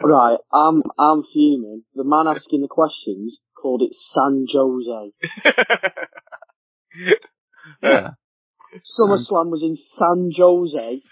Right, I'm I'm fuming. The man asking the questions called it San Jose. yeah. SummerSlam was in San Jose.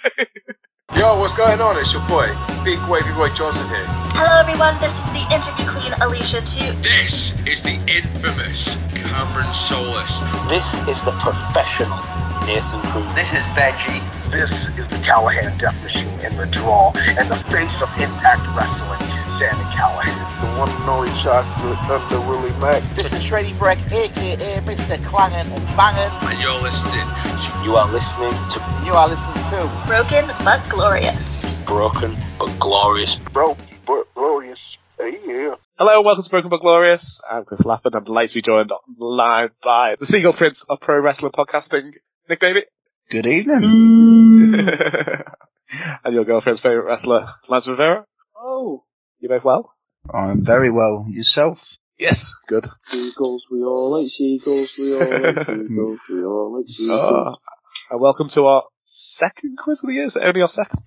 Yo, what's going on? It's your boy, Big Wavy Roy Johnson here. Hello, everyone. This is the interview queen, Alicia Toot. This is the infamous Cameron Solis. This is the professional Nathan Creed. This is Veggie. This is the Callahan Death Machine in the draw and the face of Impact Wrestling, Sammy Callahan. The one and only shot with Thunder Willie Mack. This is Shreddy Breck, aka Mr. Clangin' and Bangin'. And you're listening to You are listening to And you are listening to Broken but glorious. Broken but Glorious. Bro, bro, glorious. Hey, yeah. Hello and welcome to Broken But Glorious. I'm Chris Lappin. I'm delighted to be joined live by the Seagull Prince of Pro Wrestling Podcasting, Nick Davey. Good evening. Ooh. and your girlfriend's favourite wrestler, Lance Rivera. oh, You both well? I'm very well. Yourself? Yes. Good. seagulls we all ate, seagulls we all ate, seagulls we all ate, seagulls. Ah. and welcome to our second quiz of the year. Is it only our second?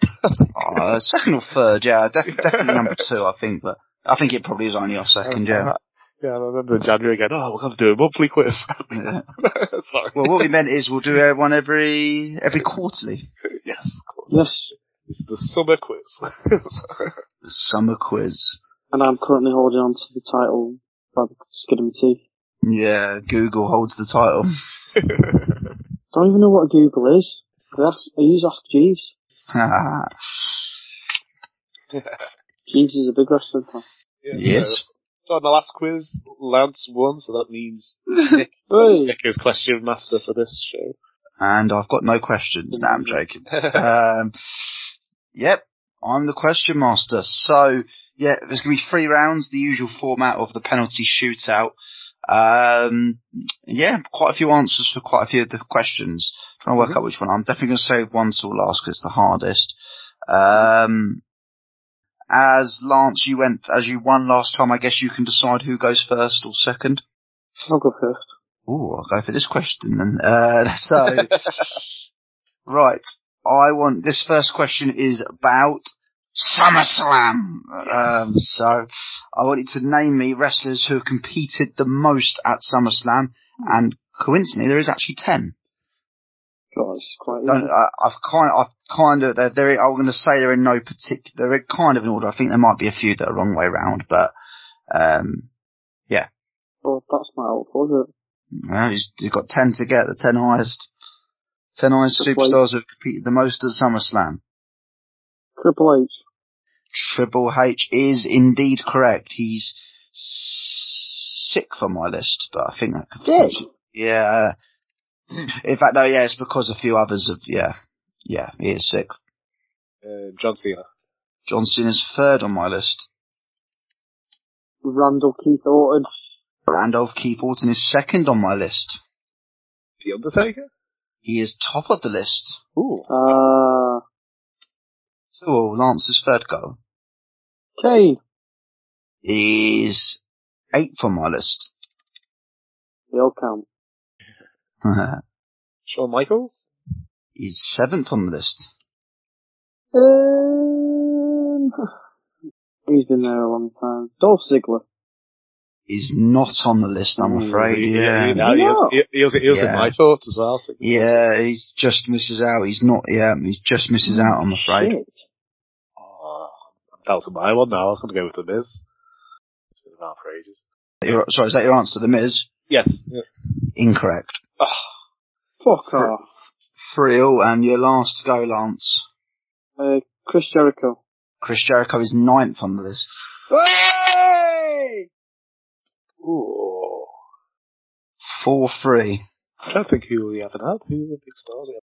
Uh, second or third, yeah. Def- definitely number two, I think, but I think it probably is only our second, yeah. Yeah, I remember in January again, oh, we're going to do a monthly quiz. yeah. Sorry. Well, what we meant is we'll do everyone every, every quarterly. yes, of course. Yes, It's the summer quiz. The summer quiz. and I'm currently holding on to the title by the skin of my teeth. Yeah, Google holds the title. Don't even know what a Google is. I, ask, I use Ask Jeeves. Jeeves is a big wrestling fan. Yeah, yes. So, so on the last quiz, Lance won, so that means Nick, Hey, Nick is question master for this show. And I've got no questions. Nah, I'm joking. um, yep, I'm the question master. So, yeah, there's going to be three rounds, the usual format of the penalty shootout. Um, yeah, quite a few answers for quite a few of the questions. Trying to work out which one. I'm definitely going to save one till last because it's the hardest. Um, as Lance, you went, as you won last time, I guess you can decide who goes first or second. I'll go first. Ooh, I'll go for this question then. Uh, so, right, I want, this first question is about SummerSlam. Um, so, I want you to name me wrestlers who have competed the most at SummerSlam, and coincidentally, there is actually 10. God, it's quite Don't- I, I've kind, I've kind of, they're, they're, I'm going to say they're in no particular, they're in kind of in order. I think there might be a few that are wrong way round, but, um, Well, Oh, that's my help, was it? Well, he's, he's got 10 to get, the 10 highest, 10 highest Triple H. superstars who have competed the most at SummerSlam. Triple H. Triple H is indeed correct. He's sixth on my list, but I think that could Sixth? potentially- Yeah. uh, In fact, no, yeah, it's because a few others have, yeah. Yeah, he is sixth. Uh, John Cena. John Cena's third on my list. Randall Keith Orton. Randolph Keith Orton is second on my list. The Undertaker? He is top of the list. Ooh. Uh, Oh, Lance's third goal. Kane. Is eighth on my list. The old camp. Shawn Michaels? He's seventh on the list. Um, he's been there a long time. Dolph Ziggler. He's not on the list, I'm Ooh, afraid. he- Yeah. He, no, he, was, No. he, he was, he was in Yeah. my thoughts as well. So Yeah, he's just misses out. He's not. Yeah, he just misses out. I'm afraid. Shit. oh, that was my one now. I was going to go with The Miz. It's been around for ages. Your- sorry, is that your answer, The Miz? Yes. Yeah. Incorrect. Oh, Fuck Sure. off. Three all, and your last go, Lance. Uh, Chris Jericho. Chris Jericho is ninth on the list. Hey! ooh. Four three. I don't think who we haven't had. Who are the big stars we have?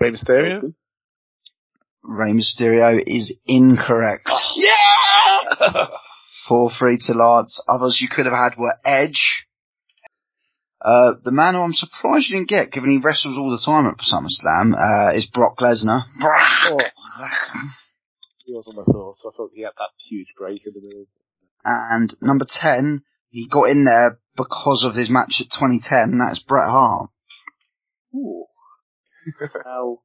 Rey Mysterio? Rey Mysterio is incorrect. Yeah! Four three to Lance. Others you could have had were Edge. Uh, the man who I'm surprised you didn't get, given he wrestles all the time at SummerSlam, uh, is Brock Lesnar. Oh. Brock. he was on my thoughts. So I thought he had that huge break in the middle. And number 10, he got in there because of his match at 2010, and that's Bret Hart. Ooh. Hell.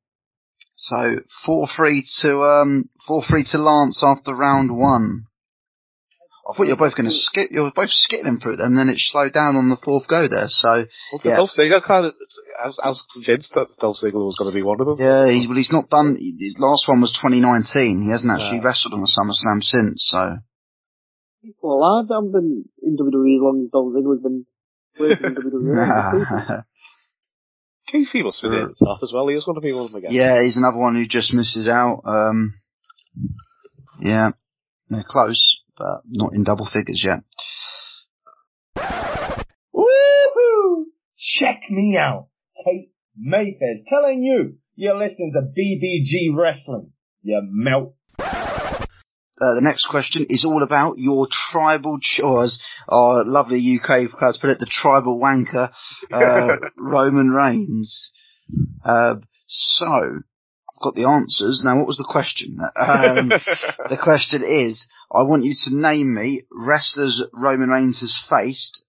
So four three to um four three to Lance after round one. I thought you were both going to skip. You were both skittling through them, and then it slowed down on the fourth go there. So Well, Yeah. Dolph Ziggler kind of, I was, I was convinced that Dolph Ziggler was going to be one of them. yeah, he's, well, he's not done. His last one was 2019. He hasn't Ah. actually wrestled on the SummerSlam since. So Well, I haven't been in WWE as long as Dolph Ziggler's been working in E. WWE. Keithy must be near the top as well. He was going to be one of them again. yeah, he's another one who just misses out. Um, yeah, they're close, but not in double figures yet. Woohoo! Check me out. Kate Mayfair's telling you you're listening to BBG Wrestling. You melt. Uh, the next question is all about your tribal chores. Our lovely UK crowds put it the tribal wanker, uh, Roman Reigns. Uh, so, I've got the answers. Now, what was the question? Um, the question is, I want you to name me wrestlers Roman Reigns has faced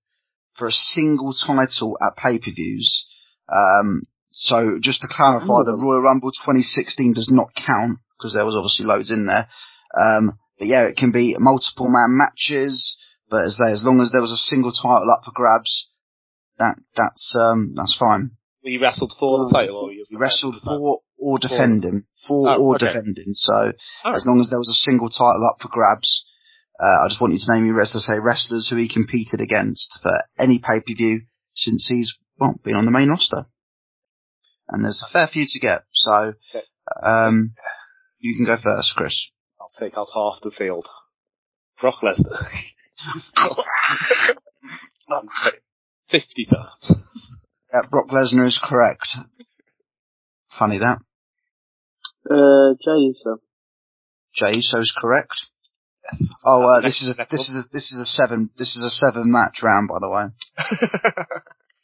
for a single title at pay-per-views. Um, so just to clarify, the Royal Rumble 2016 does not count because there was obviously loads in there. Um, but yeah, it can be multiple man matches, but as, as long as there was a single title up for grabs, that, that's, um, that's fine. He wrestled for the title, or he was He wrestled the title. for or defending, for Oh, or okay. Oh. defending, so All as long as there was a single title up for grabs, uh, I just want you to name your wrestlers, say wrestlers who he competed against for any pay-per-view since he's, well, been on the main roster. And there's a fair few to get, so, Okay. um, you can go first, Chris. I'll take out half the field. Brock Lesnar. Fifty times. Yeah, Brock Lesnar is correct. Funny that. Uh, Jay Uso. Jay Uso is correct. Oh, uh, Next- this is a next this is a this is a seven this is a seven match round by the way.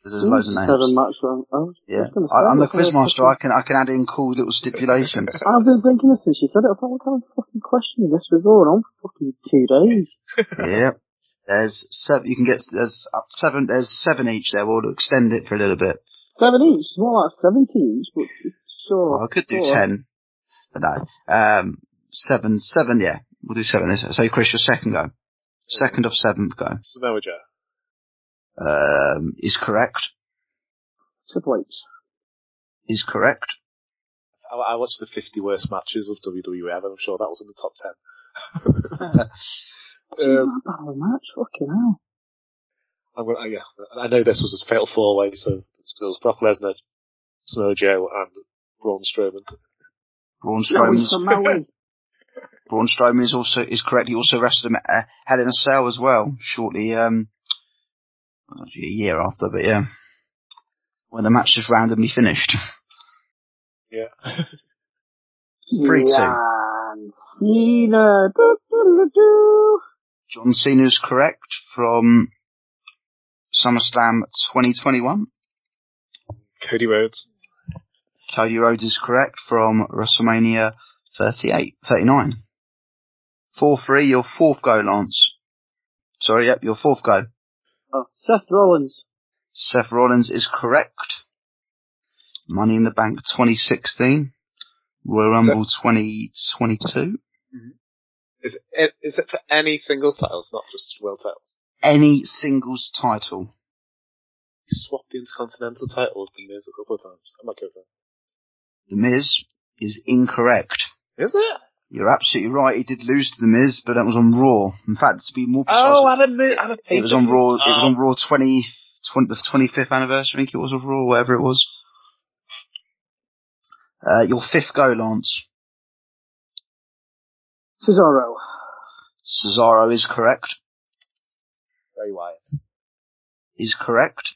There's loads of names. Seven match Oh, round. I was Yeah, just gonna say, I, I'm the what kind of quizmaster. I fucking- can I can add in cool little stipulations. I've been thinking this since she said it. I thought, what kind of fucking question is this? We're going on for fucking two days. yeah, there's seven. You can get there's up seven. There's seven each. There we'll extend it for a little bit. Seven each? It's more like 70 each, but sure. Well, I could do sure. ten, but no. Um, seven, seven. Yeah, we'll do seven. So Chris, your second go, second of seventh go. Samoa Joe. um, is correct. Triple H. Is correct. I, I watched the 50 worst matches of WWF, and I'm sure that was in the top 10. um, Not a bad of a match, fucking hell. I'm gonna, I, yeah, I know this was a fatal four way, so it was Brock Lesnar, Samoa Joe, and Braun Strowman. Braun No, Strowman. he's from Maui. Braun Strowman is also is correct. He also wrestled him at uh, Hell in a Cell as well. Shortly, um, actually a year after, but yeah, when the match just randomly finished. Yeah. Three, two. John Cena. Do, do, do, do. John Cena is correct from SummerSlam 2021. Cody Rhodes. Cody Rhodes is correct from WrestleMania 38, 39. 4-3, your fourth go, Lance. Sorry, yep, your fourth go. Oh, Seth Rollins. Seth Rollins is correct. Money in the Bank 2016. Royal Rumble 2022. Is it, is it for any singles titles, not just world titles? Any singles title. He swapped the Intercontinental title with The Miz a couple of times. I might go for The Miz is incorrect. that. Is it? You're absolutely right. He did lose to The Miz, but that was on Raw. In fact, to be more precise, Oh, and a Miz. And a it was on Raw. It was Oh. on Raw 20, 20 the 25th anniversary. I think it was of Raw, whatever it was. Uh, your fifth go, Lance. Cesaro. Cesaro is correct. Very wise. Is correct.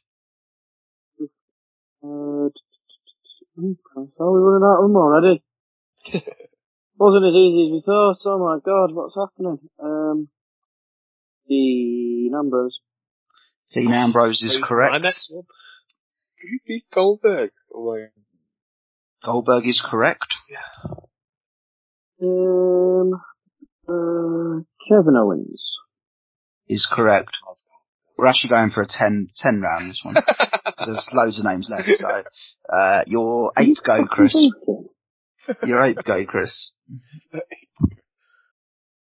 Uh, t- t- t- t- oh, Christ, are we running out of them already? Wasn't as easy as we thought. Oh my god, what's happening? Um, the numbers. Dean Ambrose is Who's correct. My next one. Can you beat Goldberg? Oh, my- Goldberg is correct. Um, uh, Kevin Owens. Is correct. We're actually going for a 10, 10 round this one. 'Cause There's loads of names left. So, uh, your eighth go, Chris. Fucking thinking. Your ape go, Chris. The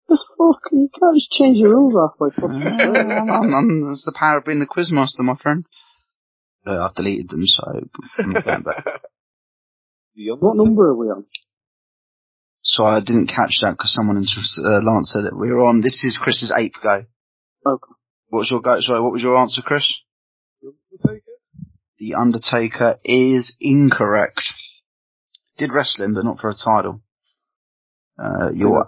fuck? You can't just change the rules halfway. Um, I'm, I'm, I'm, that's um, the power of being the quizmaster, my friend. Uh, I've deleted them, so I'm not going back. What number are we on? So I didn't catch that because someone in uh, Lance said it. We were on. This is Chris's ape go. Okay. What's your go? Sorry, what was your answer, Chris? The Undertaker is incorrect. Did wrestling, but not for a title. Uh, your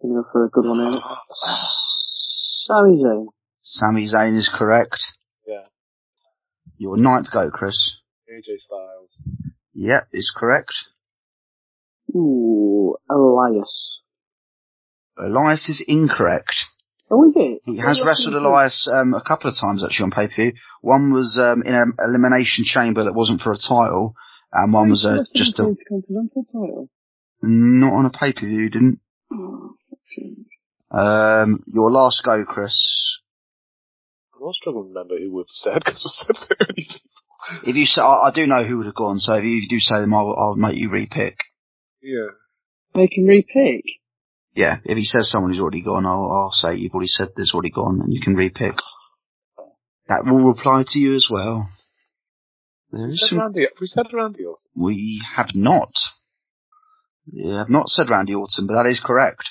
Gonna go for a good one here. Sami Zayn. Sami Zayn is correct. Yeah. Your ninth go, Chris. AJ Styles. Yep, is correct. Ooh, Elias. Elias is incorrect. Oh, is it? He has wrestled Elias um, a couple of times actually on pay per view. One was um, in an elimination chamber that wasn't for a title, and one was uh, just a Continental title. not on a pay per view. Didn't. Um, your last go, Chris. I'm not struggling to remember who we've said because we've said so many people. If you say, I, I do know who would have gone, so if you do say them, I'll, I'll make you repick. Yeah. They can repick. Yeah, if he says someone who's already gone, I'll, I'll say you've already said this already gone, and you can repick. That will apply to you as well. There We is said some Randy, we said Randy Orton. We have not. You have not said Randy Orton, but that is correct.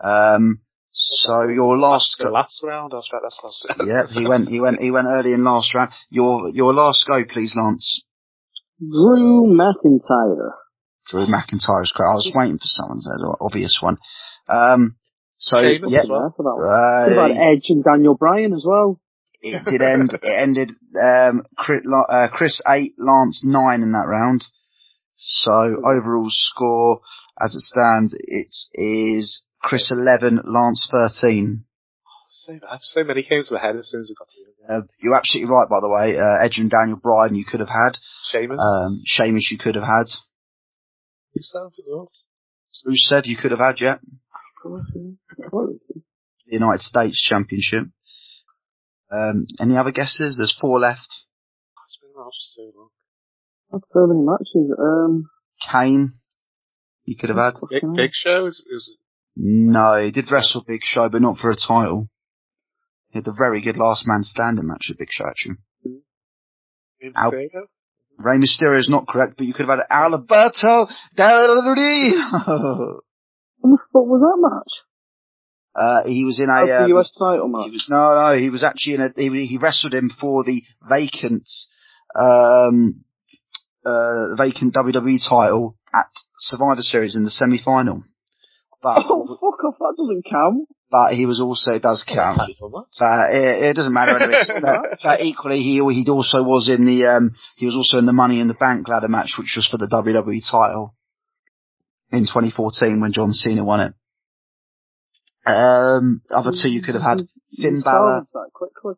Um, so your last The go, last round, I was right, that's last round. yeah, he went, he went, he went early in last round. Your your last go, please, Lance. Drew McIntyre. Drew McIntyre is correct. I was waiting for someone to say an obvious one. Um, so Sheamus yeah, as well. Yeah, for that one. What about uh, Edge and Daniel Bryan as well? it did end. It ended. Um, Chris, uh, Chris eight, Lance nine in that round. So overall score, as it stands, it is Chris eleven, Lance thirteen. So, I have so many came to my head as soon as we got to you. Uh, you're absolutely right, by the way. Uh, Edge and Daniel Bryan, you could have had. Sheamus, Um, Sheamus, you could have had. yourself, anyone else? Who said you could have had? Yeah, What? the United States Championship. Um, any other guesses? There's four left. It's been around for so long. That's so many matches. Um, Kane, you could have had. Big, fucking Big Show is, is No, he did wrestle Big Show, but not for a title. He had a very good last man standing match with Big Show, actually. in Ow. Diego? Rey Mysterio is not correct, but you could have had Alberto Del Rio. hell. What the fuck was that match? Uh, he was in a, That's um, the US title he match. was, no, no, he was actually in a, he, he wrestled him for the vacant, um, uh, vacant WWE title at Survivor Series in the semi-final. But, Oh, fuck off, that doesn't count. but he was also, it does count. Title match? But it, it doesn't matter anyway. but, but equally, he he also was in the um he was also in the Money in the Bank ladder match, which was for the WWE title in 2014 when John Cena won it. Um, other two you could have had Finn Balor, Solve That quickly.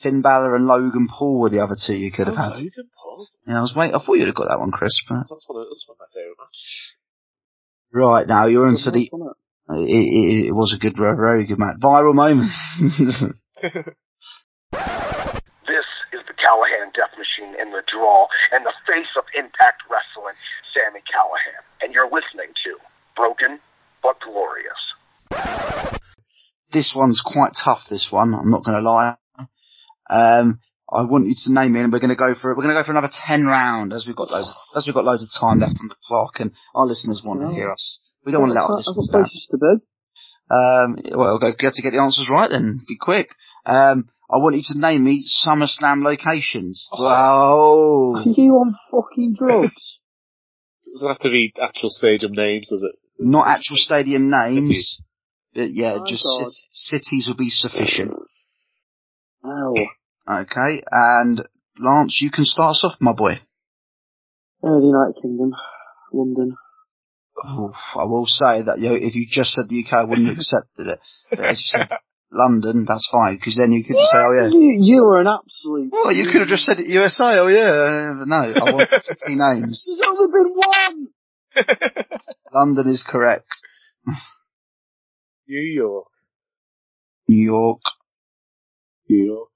Finn Balor and Logan Paul were the other two you could have Oh, had. Logan Paul? Yeah, I was waiting. I thought you'd have got that one, Chris. But That's that's one of, that's one of my favourite matches. right now you're in for the. Wasn't it? It, it, it was a good, very good match. Viral moment. This is the Callahan Death Machine in the draw and the face of Impact Wrestling, Sammy Callahan. And you're listening to Broken but Glorious. this one's quite tough. This one, I'm not going to lie. Um, I want you to name it, and we're going to go for it. We're going to go for another ten round as we've got loads as we've got loads of time left on the clock, and our listeners want to hear us. We don't want to let our I've got listeners down. places to bed. Um, well, go get to get the answers right then. Be quick. Um, I want you to name me SummerSlam locations. Are Oh, you on fucking drugs? Doesn't have to be actual stadium names, does it? not actual stadium names, but yeah, My just Oh, God. cit- cities will be sufficient. Ow. Okay, and Lance, you can start us off, my boy. Uh, the United Kingdom. London. Oof, I will say that you know, if you just said the UK, I wouldn't have accepted it. But as you said London, that's fine, because then you could just say, oh yeah. You, you are an absolute. Well, you could have just said it USA, oh yeah. Uh, No, I want city names. There's only been one! London is correct. New York. New York. New York.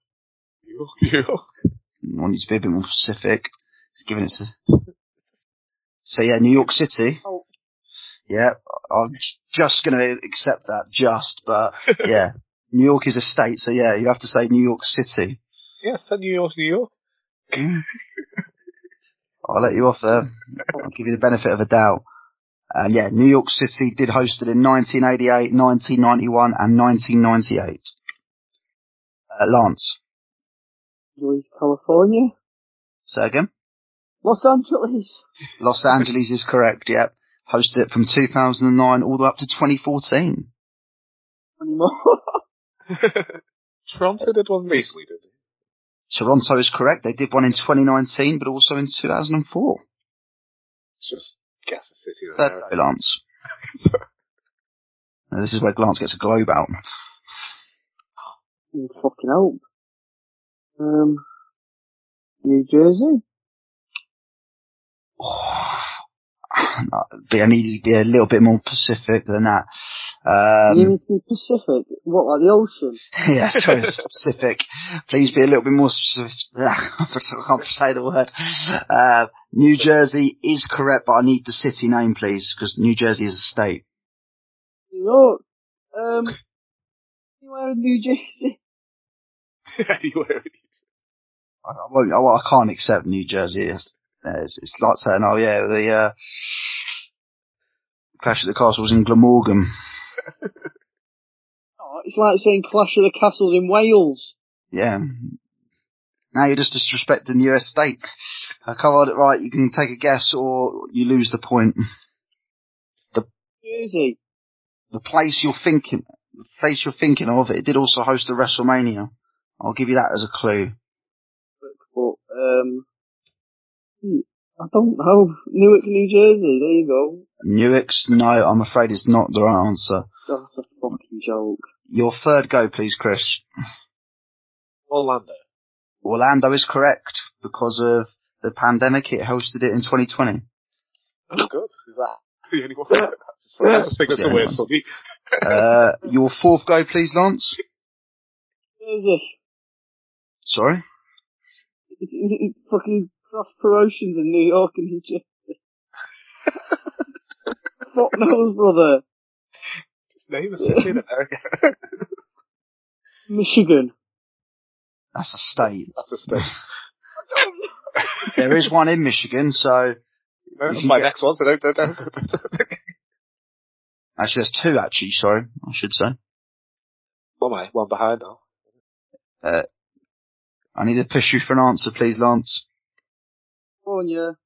New York, New York. I want you to be a bit more specific. It's giving it to... So yeah, New York City. Oh. Yeah, I'm j- just gonna accept that, just, but yeah. New York is a state, so yeah, you have to say New York City. Yeah, send New York, New York. I'll let you off there. I'll give you the benefit of a doubt. And yeah, New York City did host it in 1988, 1991, and 1998. Uh, Lance, Angeles, California. say again. Los Angeles. Los Angeles is correct, yep. Hosted it from 2009 all the way up to 2014. Anymore. Toronto did one recently, didn't they? Toronto is correct. They did one in 2019, but also in 2004. It's just guess a city. Third go, Lance. Now, this is where Glance gets a globe out. You fucking help. Um, New Jersey. No, but I needed to be a little bit more specific than that. you Um, need to be Pacific. What, like the ocean? yeah, sorry, specific. Please be a little bit more specific. I can't say the word. Uh, New Jersey is correct, but I need the city name, please, because New Jersey is a state. New York. Um, anywhere in New Jersey. Anywhere. I, I, won't, I, won't- I can't accept New Jersey. It's, it's, it's like saying, oh yeah, the uh, Clash of the Castles in Glamorgan. Oh, it's like saying Clash of the Castles in Wales. Yeah. Now you're just disrespecting the US states. I covered it Uh, right. You can take a guess or you lose the point. Jersey. The place you're thinking, the place you're thinking of, it did also host a WrestleMania. I'll give you that as a clue. But, um, hmm, I don't know. Newark, New Jersey. There you go. Newark's, no, I'm afraid it's not the right answer. That's a fucking joke. Your third go, please, Chris. Orlando. Orlando is correct because of the pandemic. It hosted it in 2020. Oh, good. Is that the only one? That's funny. I just think that's Yeah. the worst Sunday. Uh, your fourth go, please, Lance. Jersey. Sorry. It- it- it fucking cross promotions in New York and New Jersey. Fuck knows, brother. Just name a city in America. Michigan. That's a state. That's a state. There is one in Michigan, so That's my next one, so don't, don't, don't. Actually, there's two, actually, sorry, I should say. What am I? One behind now. I need to push you for an answer, please, Lance. California.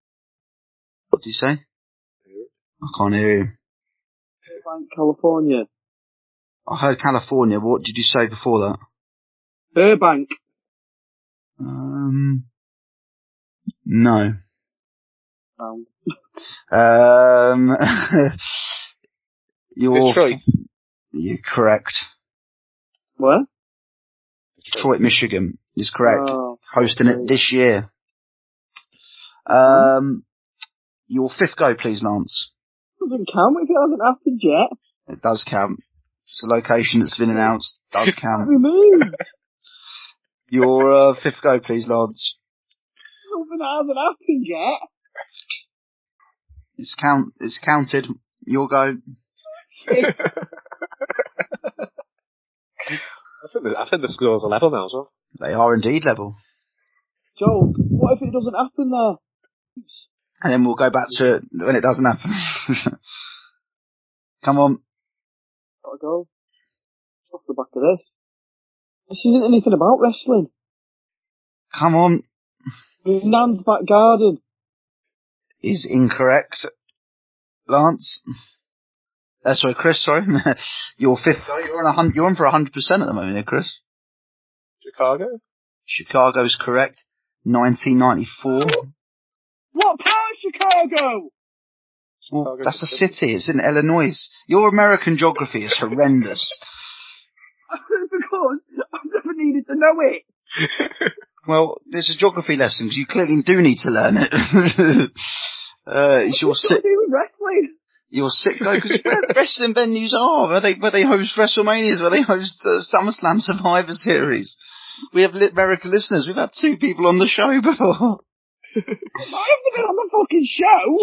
What do you say? I can't hear you. Burbank, California. I heard California, but what did you say before that? Burbank. Um, no. Um, Um, you're, Detroit. you're correct. where? Detroit, Michigan is correct. Oh, Hosting it great. this year. Um, your fifth go, please, Lance. doesn't count if it hasn't happened yet. It does count. It's a location that's been announced. Does count. What do you mean? Your uh, fifth go, please, Lance. Something that hasn't happened yet. It's count. It's counted. Your go. I think the, I think the score's 11 now as well. They are indeed level. Joe, what if it doesn't happen there? And then we'll go back to it when it doesn't happen. Come on. Gotta go. Off the back of this. This isn't anything about wrestling. Come on. Nan's back garden. Is incorrect. Lance. Uh, sorry, Chris, sorry. your fifth go. You're on, a hun- you're on for 100% at the moment here, Chris. Chicago? Chicago is correct. 1994. What part of Chicago? Well, Chicago's that's a a city. It's in Illinois. Your American geography is horrendous. because I've never needed to know it. Well, there's a geography lesson 'cause you clearly do need to learn it. uh, it's your It's got sick, to do with wrestling. your sick go because where wrestling venues are where they where they host WrestleManias, where they host uh, SummerSlam Survivor Series. We have lit American listeners. We've had two people on the show before. I haven't been on the fucking show.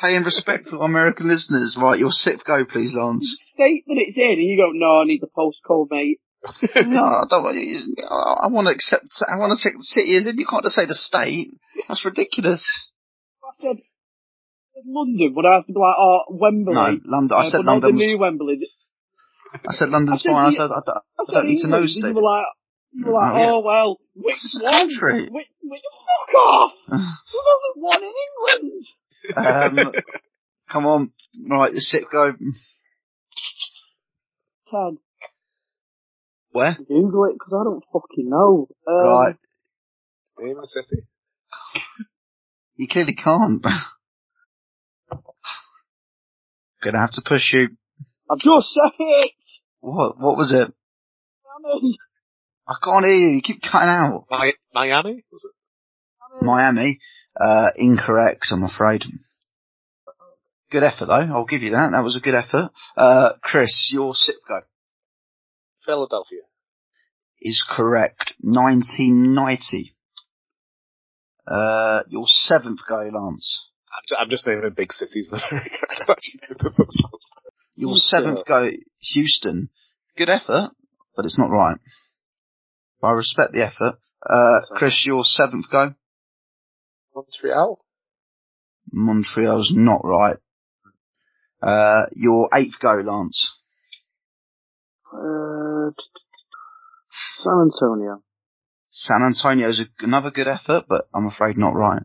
paying respect to our American listeners. Right, your sip go, please, Lance. State that it's in, and you go, no, I need the post code, mate. no, I don't want you. I want to accept. I want to accept the city as in. You can't just say the state. That's ridiculous. I said London. Would I have to be like, oh, Wembley? No, London. I Uh, said but not London. The new Wembley. I said London's I said fine. I the- said I, don't- I I said don't need to England, know and state. You were like, you were like, Oh, yeah. oh well, which It's a one? country. Which, which, fuck off! There's only one in England. Um, come on, right, the sip go. Ten. Where? Google it because I don't fucking know. Um, Right, Name of city. you clearly can't. Gonna have to push you. I've just said it. What? What was it? Miami. I can't hear you. You keep cutting out. Mi- Miami? Was it? Miami. Uh, incorrect, I'm afraid. Good effort though. I'll give you that. That was a good effort. Uh, Chris, your sip go Philadelphia. is correct. 1990. Uh, your seventh go, Lance. I'm just, I'm just naming big cities in America. I don't actually know the substance. Your Houston. seventh go, Houston. Good effort, but it's not right. I respect the effort. Uh, Chris, your seventh go. Montreal? Montreal's not right. Uh, your eighth go, Lance. Uh, t- t- t- San Antonio. San Antonio's a, another good effort, but I'm afraid not right.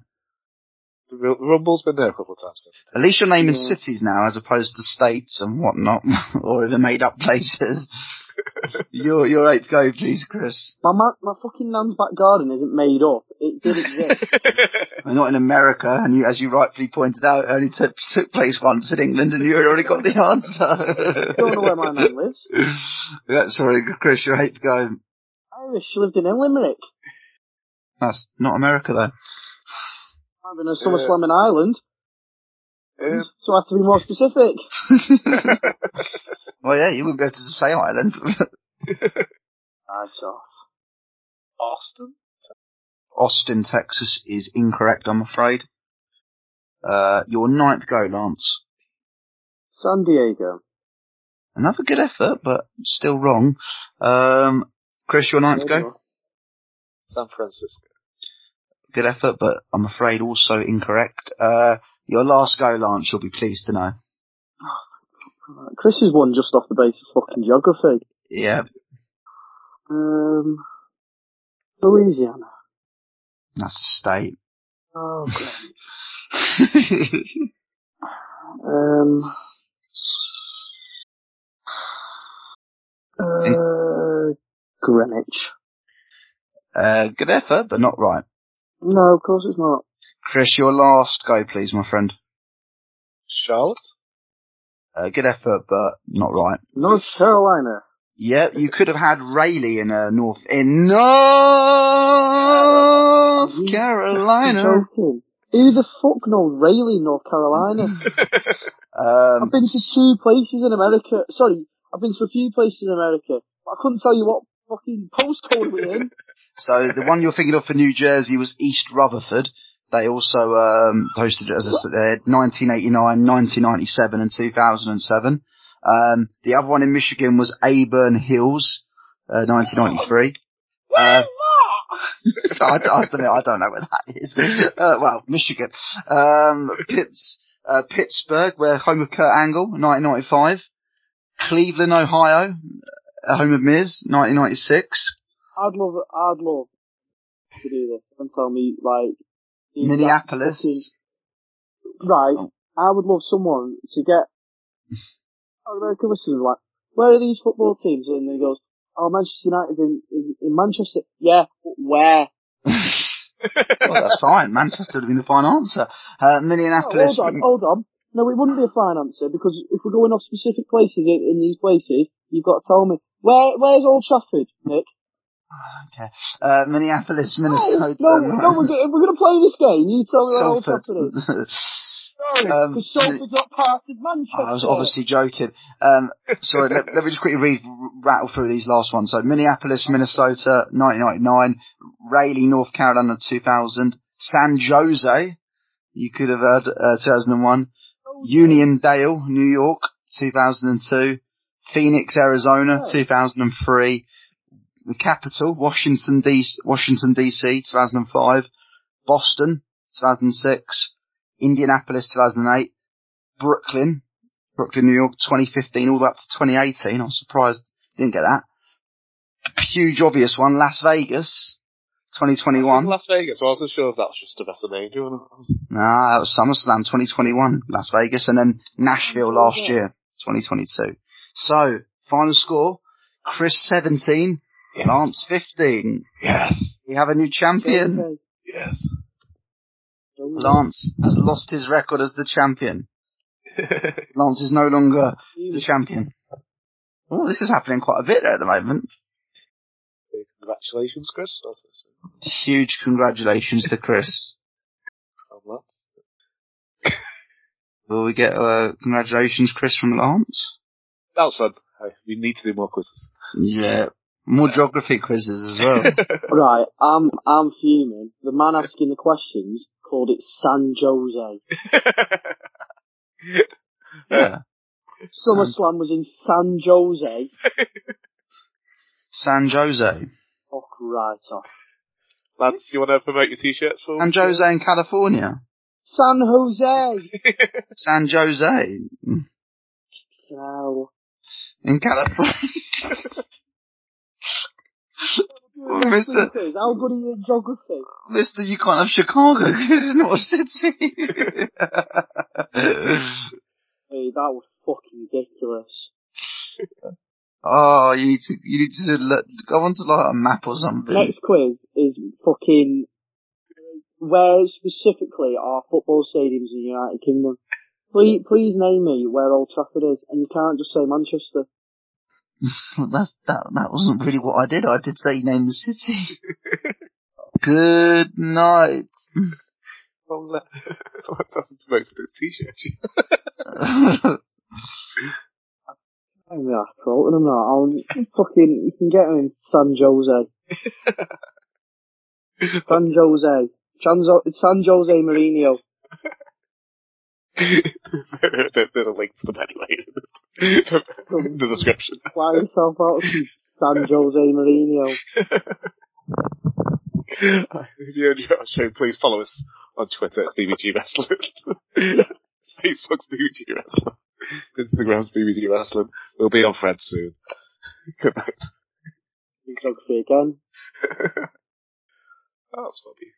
The Ru- Rumble's been there a couple of times since. At least you're naming Yeah. cities now as opposed to states and whatnot, or even made up places. your, your eighth go, please, Chris. My ma- my fucking nan's back garden isn't made up. It did exist. We're not in America, and you, as you rightfully pointed out, it only took, took place once in England, and you had already got the don't know answer. where my nan lives. That's sorry, Chris, your eighth go. Irish. She lived in Limerick. That's not America, though. I've been in SummerSlam in Ireland, Um, so I have to be more specific. Well, yeah, you wouldn't be able to say Ireland. Nice off. Austin? Austin, Texas is incorrect, I'm afraid. Uh, your ninth go, Lance. San Diego. Another good effort, but still wrong. Um, Chris, your ninth go. San Francisco. Good effort, but I'm afraid also incorrect. Uh, your last go, Lance, you'll be pleased to know. Right, Chris is one just off the base of fucking geography. Yeah, Um, Louisiana. that's a state. Oh, great. Um. Uh, Greenwich. uh, good effort, but not right. No, of course it's not. Chris, your last go, please, my friend. Charlotte? Uh, good effort, but not right. North Carolina. Yeah, you could have had Rayleigh in uh, North in North Are you Carolina. Joking. Who the fuck knows Raleigh, North Carolina? I've Um, been to two places in America. Sorry, I've been to a few places in America, but I couldn't tell you what fucking postcode we're in. so the one you're thinking of for New Jersey was East Rutherford. They also um, hosted it as I said there, 1989, 1997, and 2007. Um, the other one in Michigan was Auburn Hills, uh, 1993. Uh, I, I have to admit, I don't know where that is. Uh, well, Michigan. Um, Pitts, uh, Pittsburgh, where home of Kurt Angle, 1995. Cleveland, Ohio, uh, home of Miz, 1996. I'd love, I'd love to do this and tell me like the exact Minneapolis. Oh. fucking- Right, I would love someone to get our American listeners like, where are these football teams? And then he goes, oh, Manchester United's in, in, in Manchester. Yeah, but where? Well, that's fine. Manchester would have been the fine answer. Uh, Oh, Minneapolis. hold on, hold on. No, it wouldn't be a fine answer because if we're going off specific places in, in these places, you've got to tell me where. Where's Old Trafford, Nick? okay. Uh, Minneapolis, Minnesota. Oh, No, no, we're, go- we're going to play this game. You tell me where Old Salford. Trafford is. Um, Because Salford's not part of Manchester. I was obviously joking. Um, sorry, let, let me just quickly read, rattle through these last ones. So Minneapolis, Minnesota, 1999, Raleigh, North Carolina, 2000, San Jose, you could have heard, uh, 2001, Uniondale, New York, 2002. Phoenix, Arizona, 2003. The capital, Washington DC, Washington DC, 2005. Boston, 2006. Indianapolis, 2008. Brooklyn, Brooklyn, New York, 2015, all the way up to 2018. I'm surprised I didn't get that. Huge obvious one, Las Vegas, 2021. Las Vegas. I wasn't sure if that was just a WrestleMania. or not. Nah, that was SummerSlam 2021, Las Vegas, and then Nashville last year, 2022. So, final score, Chris 17, Lance 15. Yes. We have a new champion. Yes. Lance has lost his record as the champion. Lance is no longer the champion. Oh, this is happening quite a bit at the moment. Congratulations, Chris. That's that's- Huge congratulations to Chris. that's- Will we get uh, congratulations, Chris, from Lance? That was fun. Hey, We need to do more quizzes. Yeah. More geography quizzes as well. Right, I'm I'm fuming. The man asking the questions called it San Jose. yeah. SummerSlam was in San Jose. San Jose. Fuck right off. Lance, you want to promote your t-shirts for? San Jose in California. San Jose. San Jose No. in California. Oh, Mister, Quiz, How good are you at geography? Mister, you can't have Chicago because it's not a city. Hey, that was fucking ridiculous. oh, you need to, you need to look, go onto like a map or something. Next quiz is fucking where specifically are football stadiums in the United Kingdom? Please, please name me where Old Trafford is, and you can't just say Manchester. That's, that, that wasn't really what I did. I did say name the city. Good night. Well, let- Lance hasn't promoted his t-shirt. I'm not quoting him now. I'll fucking, you can get him in San Jose. San Jose. Chanzo, San Jose Mourinho. There- There's a link to them anyway in the description. Fly yourself out to San Jose Mourinho. if you enjoy our show, please follow us on Twitter. It's BBG Wrestling. Facebook's BBG Wrestling. Instagram's BBG Wrestling. We'll be on Fred soon. Good night. Geography again. That's funny.